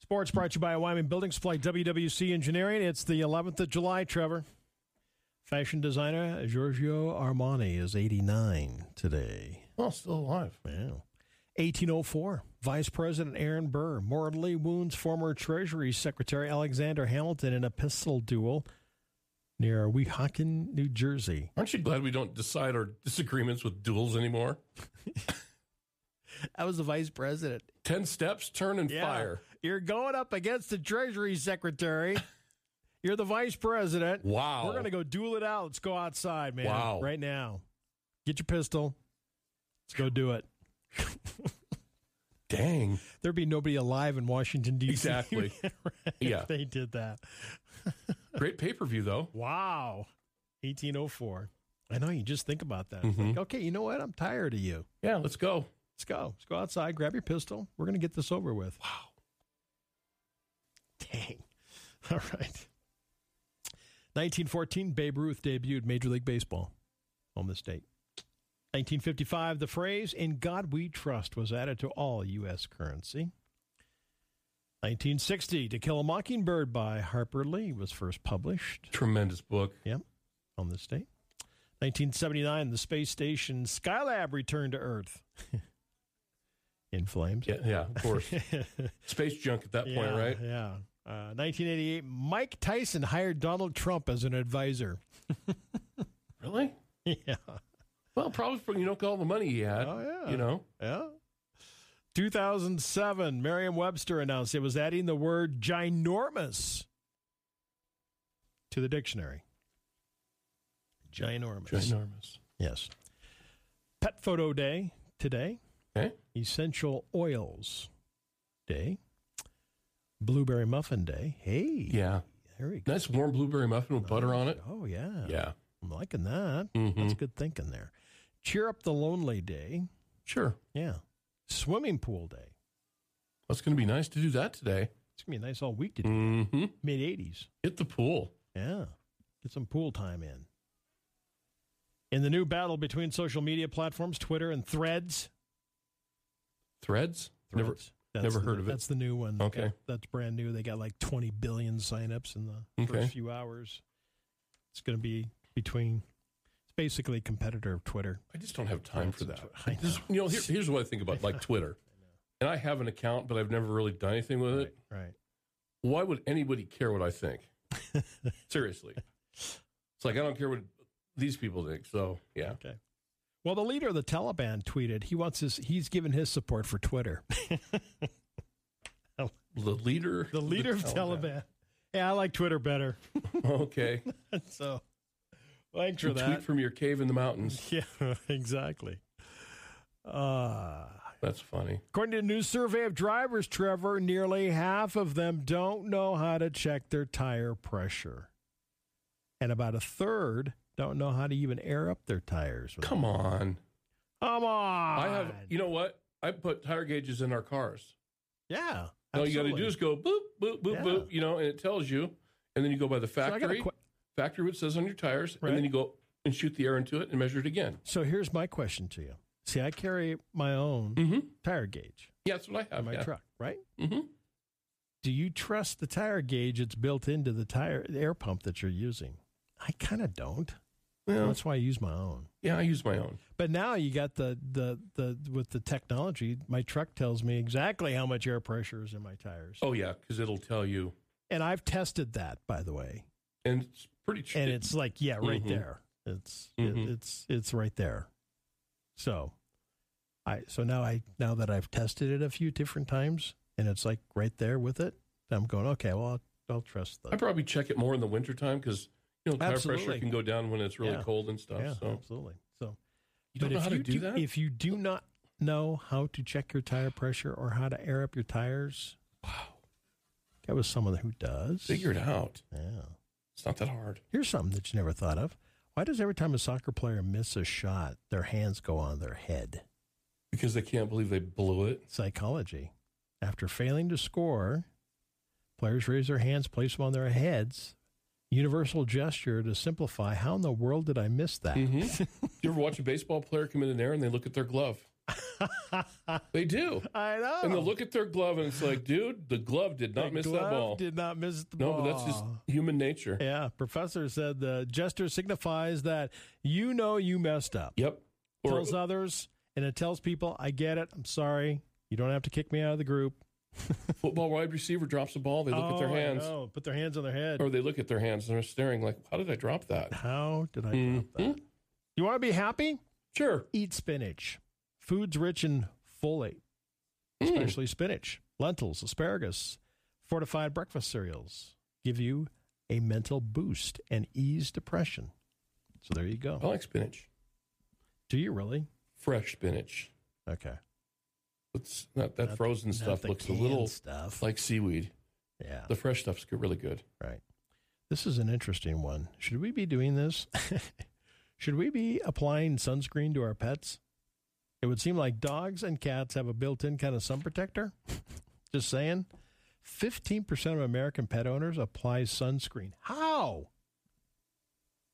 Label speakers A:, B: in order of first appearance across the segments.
A: Sports brought to you by Wyoming Building Supply WWC Engineering. It's the 11th of July, Trevor. Fashion designer Giorgio Armani is 89 today.
B: Oh, still alive.
A: Wow. 1804, Vice President Aaron Burr mortally wounds former Treasury Secretary Alexander Hamilton in a pistol duel near Weehawken, New Jersey.
B: Aren't you glad we don't decide our disagreements with duels anymore?
A: I was the vice president.
B: Ten steps, turn and fire.
A: You're going up against the Treasury Secretary. You're the vice president.
B: Wow.
A: We're going to go duel it out. Let's go outside, man.
B: Oh. Wow.
A: Right now. Get your pistol. Let's go do it.
B: Dang.
A: There'd be nobody alive in Washington, D.C.
B: Exactly.
A: if
B: Yeah.
A: they did that.
B: Great pay per view, though.
A: Wow. 1804. I know. You just think about that. It's
B: Mhm.
A: like, okay, you know what? I'm tired of you.
B: Yeah, let's go.
A: Let's go. Let's go outside. Grab your pistol. We're going to get this over with.
B: Wow.
A: Dang. All right. 1914, Babe Ruth debuted Major League Baseball. Home this date. 1955, the phrase, in God we trust, was added to all U.S. currency. 1960, To Kill a Mockingbird by Harper Lee was first published.
B: Tremendous book.
A: Yep, on this date. 1979, the space station Skylab returned to Earth. in flames.
B: Yeah, yeah of course. Space junk at that point,
A: Yeah,
B: right?
A: Yeah. Uh, 1988, Mike Tyson hired Donald Trump as an advisor.
B: Really?
A: yeah.
B: Well, probably for, you know all the money he had.
A: Oh, yeah.
B: You know,
A: Yeah. 2007, Merriam Webster announced it was adding the word ginormous to the dictionary. Ginormous.
B: ginormous.
A: Yes. Pet Photo Day today,
B: Okay.
A: Essential Oils Day, Blueberry Muffin Day. Hey.
B: Yeah.
A: There we go.
B: Nice warm blueberry muffin with butter on it.
A: Oh, yeah.
B: Yeah.
A: I'm liking that. That's
B: Mhm.
A: good thinking there. Cheer up the lonely day.
B: Sure.
A: Yeah. Swimming pool day.
B: That's going to be nice to do that today.
A: It's gonna be a nice all week to
B: Mm-hmm.
A: mid eighties.
B: Hit the pool.
A: Yeah. Get some pool time in. In the new battle between social media platforms, Twitter and Threads.
B: Threads?
A: Threads.
B: Never.
A: That's
B: never
A: the-
B: heard of it.
A: That's the new one.
B: Okay.
A: That- that's brand new. They got like 20 billion signups in the
B: Okay.
A: first few hours. It's going to be between, it's basically a competitor of Twitter.
B: I just don't have time for that.
A: I
B: This- you know, here, here's what I think about like Twitter. And I have an account, but I've never really done anything with
A: Right.
B: it.
A: right.
B: Why would anybody care what I think? Seriously. It's like I don't care what these people think. So, yeah.
A: Okay. Well, the leader of the Taliban tweeted he wants his he's given his support for Twitter.
B: The leader
A: The leader
B: Oh,
A: of Taliban. Yeah, I like Twitter better.
B: okay.
A: so thanks for
B: You
A: that.
B: tweet from your cave in the mountains.
A: yeah, exactly. Uh,
B: That's funny.
A: according to a new survey of drivers, Trevor, nearly half of them don't know how to check their tire pressure. And about a third don't know how to even air up their tires. with-
B: Come on.
A: Come on.
B: I have you know what? I put tire gauges in our cars.
A: Yeah.
B: All you got to
A: absolutely.
B: do is go boop boop boop
A: Yeah.
B: boop, you know, and it tells you, and then you go by the
A: So I got a
B: factory.
A: que-
B: factory what it says on your tires, and
A: Right.
B: then you go and shoot the air into it and measure it again.
A: So here's my question to you. See, I carry my own
B: Mm-hmm.
A: tire gauge
B: Yeah, that's what I
A: in
B: have.
A: my
B: yeah.
A: truck, right?
B: Mm-hmm.
A: Do you trust the tire gauge that's built into the tire the air pump that you're using? I kind of don't.
B: Yeah.
A: That's why I use my own.
B: yeah, I use my own.
A: But now you got the the the with the technology, my truck tells me exactly how much air pressure is in my tires.
B: Oh yeah, because it'll tell you,
A: And I've tested that, by the way.
B: and it's pretty. Ch-
A: And it's like, yeah, right
B: Mhm.
A: there. It's
B: Mhm.
A: it, it's it's right there. So I so now I now that I've tested it a few different times and it's like right there with it, I'm going, okay, well I'll, I'll trust
B: I
A: the
B: probably check it more in the wintertime because you know tire
A: Absolutely.
B: pressure can go down when it's really
A: Yeah.
B: cold and stuff.
A: yeah,
B: so
A: absolutely. So
B: you don't
A: but
B: know
A: if
B: how
A: you
B: to do, that.
A: If you do not know how to check your tire pressure or how to air up your tires,
B: wow,
A: that was someone who does.
B: figure it out.
A: Yeah.
B: It's not that hard.
A: Here's something that you never thought of. Why does every time a soccer player misses a shot, their hands go on their head?
B: Because they can't believe they blew it.
A: Psychology. After failing to score, players raise their hands, place them on their heads. Universal gesture to simplify. How in the world did I miss that?
B: Mm-hmm. hmm you ever watch a baseball player come in an air and they look at their glove? They do.
A: I know.
B: And they look at their glove and it's like, dude, the glove did not
A: Oh. The
B: miss
A: glove
B: that ball.
A: Did not miss the
B: no,
A: ball.
B: but that's just human nature.
A: Yeah, professor said the gesture signifies that you know you messed up.
B: Yep. Or
A: tells others and it tells people, I get it. I'm sorry. You don't have to kick me out of the group.
B: football wide receiver drops a ball. They look at their
A: Oh, I
B: hands,
A: know. Put their hands on their head.
B: or they look at their hands and they're staring like, "How did I drop that?"
A: How did I drop that?
B: Mhm.
A: You want to be happy?
B: Sure.
A: Eat spinach. Food's rich in folate,
B: Mm.
A: especially spinach, lentils, asparagus, fortified breakfast cereals give you a mental boost and ease depression. So there you go.
B: I like spinach,
A: Do you really?
B: fresh spinach.
A: Okay.
B: It's not that
A: Not-
B: frozen
A: not
B: stuff
A: the
B: looks a
A: canned
B: little
A: stuff.
B: like seaweed.
A: yeah.
B: The fresh stuff's good, really good.
A: Right. This is an interesting one. Should we be doing this? Should we be applying sunscreen to our pets? It would seem like dogs and cats have a built in kind of sun protector. Just saying. 15% of American pet owners apply sunscreen. How?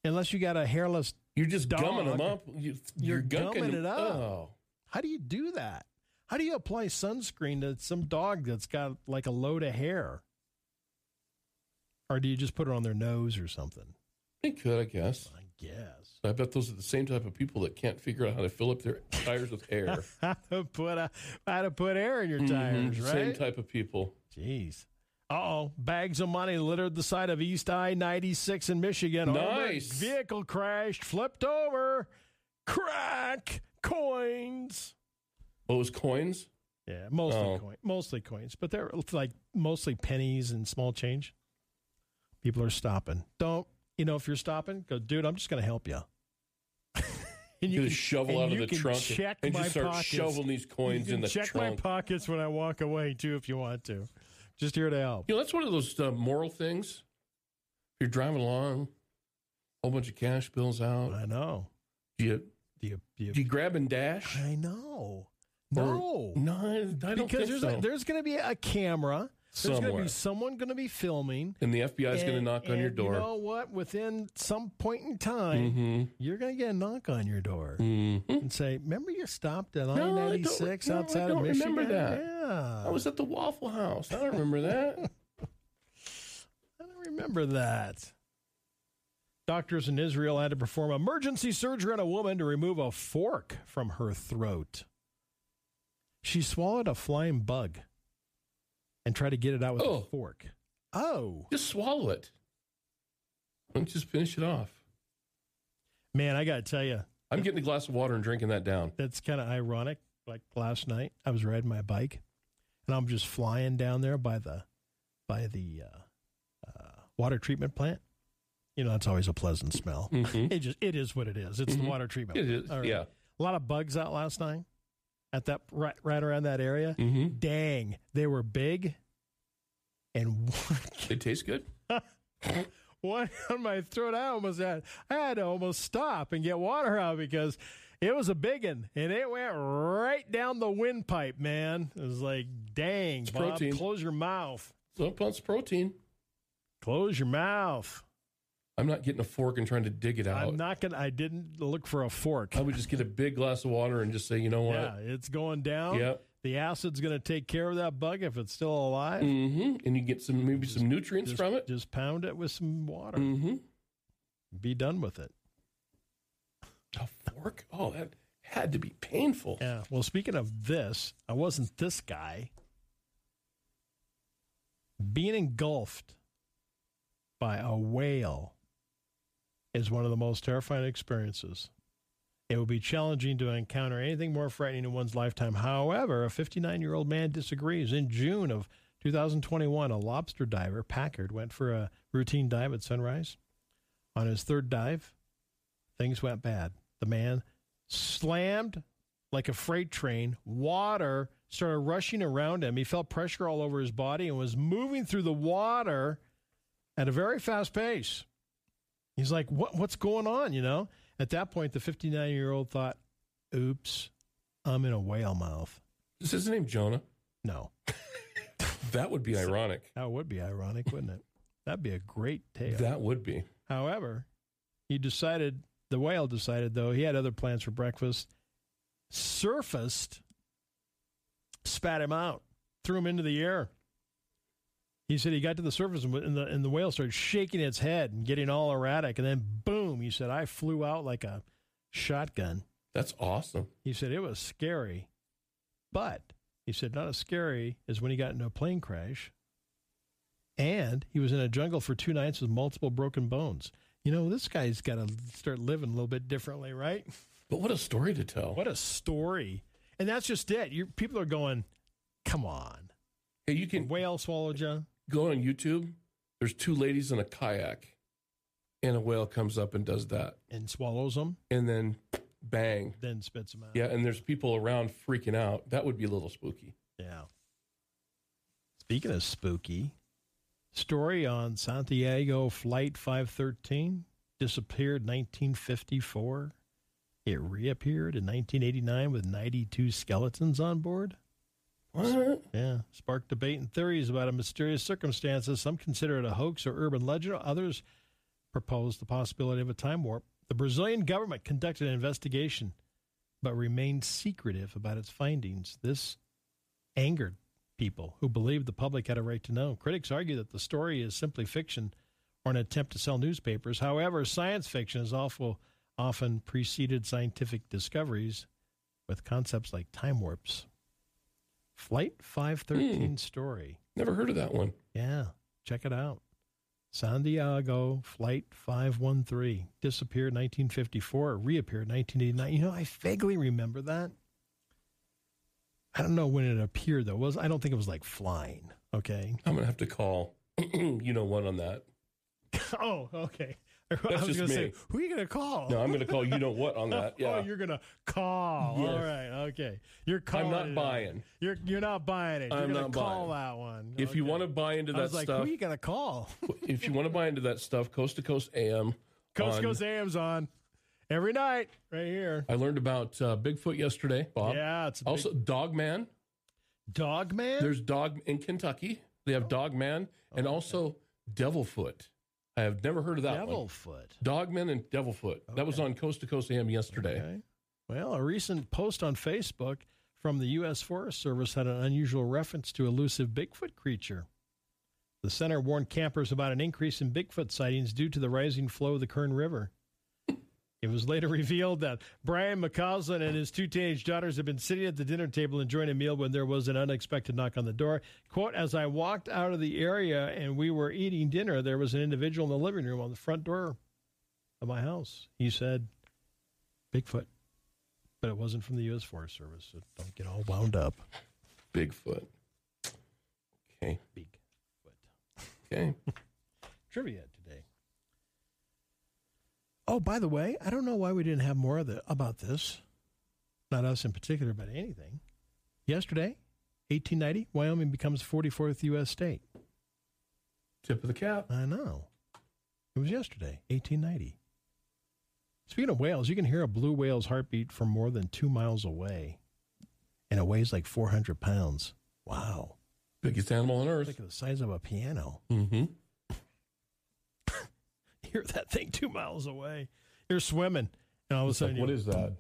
A: Unless you got a hairless.
B: You're just
A: Dog.
B: gumming them up. You,
A: You're
B: gunking
A: gumming
B: them-
A: it up.
B: Oh.
A: How do you do that? How do you apply sunscreen to some dog that's got like a load of hair? Or do you just put it on their nose or something?
B: They could, I guess.
A: I guess.
B: I bet those are the same type of people that can't figure out how to fill up their tires with air.
A: how to put a, how to put air in your tires,
B: Mhm, Same
A: right?
B: type of people.
A: Jeez. Uh oh. Bags of money littered the side of East I 96 in Michigan. Armored
B: Nice.
A: vehicle crashed, flipped over. Crack coins.
B: What was coins?
A: Yeah, mostly
B: Oh.
A: coin, mostly coins, but they're like mostly pennies and small change. People are stopping. Don't you know if you're stopping? Go, dude. I'm just going to help you. and
B: You, get a shovel
A: and
B: out of
A: you
B: the
A: can
B: trunk
A: check
B: and
A: my
B: just start
A: pockets.
B: shoveling these coins
A: you can
B: in the
A: check
B: trunk.
A: my pockets when I walk away too, if you want to. Just here to help.
B: You know, that's one of those uh, moral things. If you're driving along, whole bunch of cash bills out.
A: I know.
B: Do you,
A: Do you, do you-
B: do you grab and dash?
A: I know.
B: Or-
A: No,
B: No, I, I don't
A: because
B: think
A: there's
B: so.
A: a, there's going to be a camera. There's going to
B: Somewhere.
A: be someone going to be filming.
B: and the FBI is going to
A: and-
B: knock on your
A: and
B: door.
A: You know what? Within some point in time,
B: mm-hmm.
A: you're going to get a knock on your door
B: Mm-hmm.
A: and say, "Remember, you stopped at
B: I don't-
A: I-96
B: no, I
A: outside of
B: don't
A: Michigan."
B: remember that.
A: Yeah,
B: I was at the Waffle House. I don't remember that.
A: I don't remember that. Doctors in Israel had to perform emergency surgery on a woman to remove a fork from her throat. She swallowed a flying bug and tried to get it out with
B: Oh.
A: a fork. Oh,
B: just swallow it. Don't just finish it off.
A: man, I got to tell you,
B: I'm getting a glass of water and drinking that down.
A: that's kind of ironic. Like last night, I was riding my bike and I'm just flying down there by the by the uh, uh, water treatment plant. You know, that's always a pleasant smell.
B: Mhm.
A: It just it is what it is. It's
B: Mhm.
A: the water treatment.
B: It
A: plant.
B: is,
A: All right.
B: yeah.
A: A lot of bugs out last night at that right, right around that area.
B: Mm-hmm.
A: Dang, they were big. And one,
B: They taste good.
A: one on my throat, I almost had I had to almost stop and get water out because it was a big one and it went right down the windpipe, man. It was like, dang,
B: It's
A: Bob,
B: protein.
A: close your mouth.
B: So it's protein.
A: Close your mouth.
B: I'm not getting a fork and trying to dig it out.
A: I'm not gonna I didn't look for a fork.
B: I would just get a big glass of water and just say, you know what?
A: Yeah, it's going down.
B: Yep.
A: The acid's going to take care of that bug if it's still alive.
B: hmm And you get some maybe some nutrients
A: Just,
B: from it.
A: just pound it with some water.
B: Mm-hmm.
A: Be done with it.
B: A fork? Oh, that had to be painful.
A: Yeah. Well, speaking of this, I wasn't this guy. Being engulfed by a whale is one of the most terrifying experiences. It would be challenging to encounter anything more frightening in one's lifetime. However, a 59 year old man disagrees. In June of 2021, a lobster diver, Packard, went for a routine dive at sunrise. On his third dive, things went bad. The man slammed like a freight train. Water started rushing around him. He felt pressure all over his body and was moving through the water at a very fast pace. He's like, "What? What's going on?" You know. At that point, the 59 year old thought, "Oops, I'm in a whale mouth."
B: Is his name Jonah?
A: No,
B: That would be ironic.
A: that would be ironic, wouldn't it? That'd be a great tale.
B: That would be.
A: However, he decided, the whale decided, though, he had other plans for breakfast, surfaced spat him out, threw him into the air. He said he got to the surface and the, and the whale started shaking its head and getting all erratic. And then, boom, he said, I flew out like a shotgun.
B: That's awesome.
A: He said it was scary, but he said not as scary as when he got into a plane crash. And he was in a jungle for two nights with multiple broken bones. You know, this guy's got to start living a little bit differently, right?
B: But what a story to tell.
A: What a story. And that's just it. you people are going, come on.
B: Hey, you
A: A
B: can
A: whale swallowed you.
B: go on YouTube. There's two ladies in a kayak, and a whale comes up and does that.
A: And swallows them,
B: And then bang.
A: then spits them out.
B: Yeah, and there's people around freaking out. That would be a little spooky.
A: Yeah. Speaking of spooky, story on Santiago Flight 513 disappeared 1954. It reappeared in 1989 with 92 skeletons on board.
B: What?
A: Yeah, sparked debate and theories about a mysterious circumstances. Some consider it a hoax or urban legend. Others propose the possibility of a time warp. The Brazilian government conducted an investigation, but remained secretive about its findings. This angered people who believed the public had a right to know. Critics argue that the story is simply fiction or an attempt to sell newspapers. However, science fiction has awful, often preceded scientific discoveries with concepts like time warps. Flight 513 story.
B: Never heard of that one.
A: Yeah, check it out. San Diego Flight 513 disappeared 1954, reappeared 1989. You know, I vaguely remember that. I don't know when it appeared though. It was I don't think it was like flying. Okay.
B: I'm gonna have to call. you know one on that.
A: oh, okay. I
B: That's
A: was
B: just
A: gonna say,
B: me.
A: who are you gonna call?
B: No, I'm gonna call. You know what on that?
A: Oh,
B: Yeah,
A: you're gonna call.
B: Yes.
A: All right, okay. You're calling.
B: I'm
A: it
B: not
A: out.
B: buying.
A: You're you're not buying it. You're
B: I'm
A: gonna
B: not
A: call
B: buying.
A: that one.
B: If you
A: Okay.
B: want to buy into
A: I
B: that
A: was like,
B: stuff,
A: who you gonna call?
B: if you want to buy into that stuff, Coast to Coast AM.
A: Coast
B: on-
A: Coast AM's on every night, right here.
B: I learned about uh, Bigfoot yesterday, Bob.
A: yeah, it's a big-
B: Also, Dogman.
A: Dog Man. Oh.
B: There's dog in Kentucky. They have Dogman and also Devilfoot. I have never heard of that one.
A: Devilfoot.
B: Dogman and Devilfoot. That was
A: Okay.
B: on Coast to Coast AM yesterday.
A: Okay. Well, a recent post on Facebook from the U.S. Forest Service had an unusual reference to elusive Bigfoot creature. The center warned campers about an increase in Bigfoot sightings due to the rising flow of the Kern River. It was later revealed that Brian McCausland and his two teenage daughters had been sitting at the dinner table enjoying a meal when there was an unexpected knock on the door. Quote, as I walked out of the area and we were eating dinner, there was an individual in the living room on the front door of my house. He said, Bigfoot. But it wasn't from the U.S. Forest Service, so don't get all wound up.
B: Bigfoot. Okay.
A: Bigfoot.
B: Okay.
A: Trivia today. Oh, by the way, I don't know why we didn't have more of the, about this. Not us in particular, but anything. Yesterday, 1890, Wyoming becomes 44th U.S. state.
B: Tip of the cap.
A: I know. It was yesterday, 1890. Speaking of whales, you can hear a blue whale's heartbeat from more than two miles away, and it weighs like 400 pounds. Wow.
B: Biggest animal on
A: It's
B: earth.
A: like the size of a piano.
B: Mm-hmm.
A: You hear that thing two miles away. You're swimming, and all of a sudden,
B: what
A: you-
B: is that?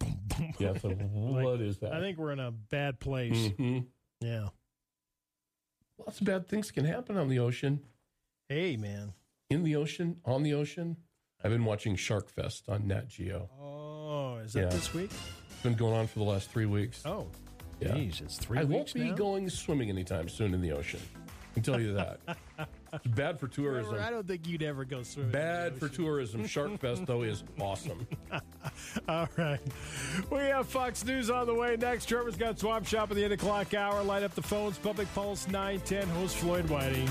B: yeah. So what is that?
A: I think we're in a bad place.
B: hmm
A: Yeah.
B: Lots of bad things can happen on the ocean,
A: Hey, man.
B: in the ocean, on the ocean. I've been watching Shark Fest on Nat Geo.
A: Oh, is that
B: Yeah.
A: this week?
B: It's been going on for the last three weeks.
A: Oh,
B: Yeah.
A: geez, it's three
B: I
A: weeks
B: won't be
A: now?
B: going swimming anytime soon in the ocean. I can tell you that. it's bad for tourism.
A: I don't think you'd ever go swimming. in the
B: Bad for
A: ocean.
B: tourism. Shark Fest, though, is awesome.
A: All right. We have Fox News on the way next. Trevor's got Swamp Shop at the 8 o'clock hour. Light up the phones. Public Pulse 910. Host Floyd Whiting.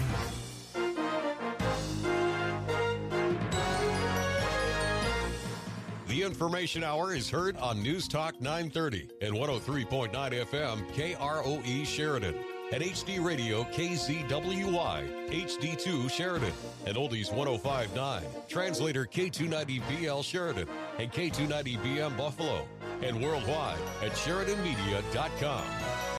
C: The Information Hour is heard on News Talk 930 and 103.9 FM KROE E Sheridan. At HD Radio KZWY, HD2 Sheridan, and Oldies 1059, translator K290BL Sheridan, and K290BM Buffalo, and worldwide at SheridanMedia.com.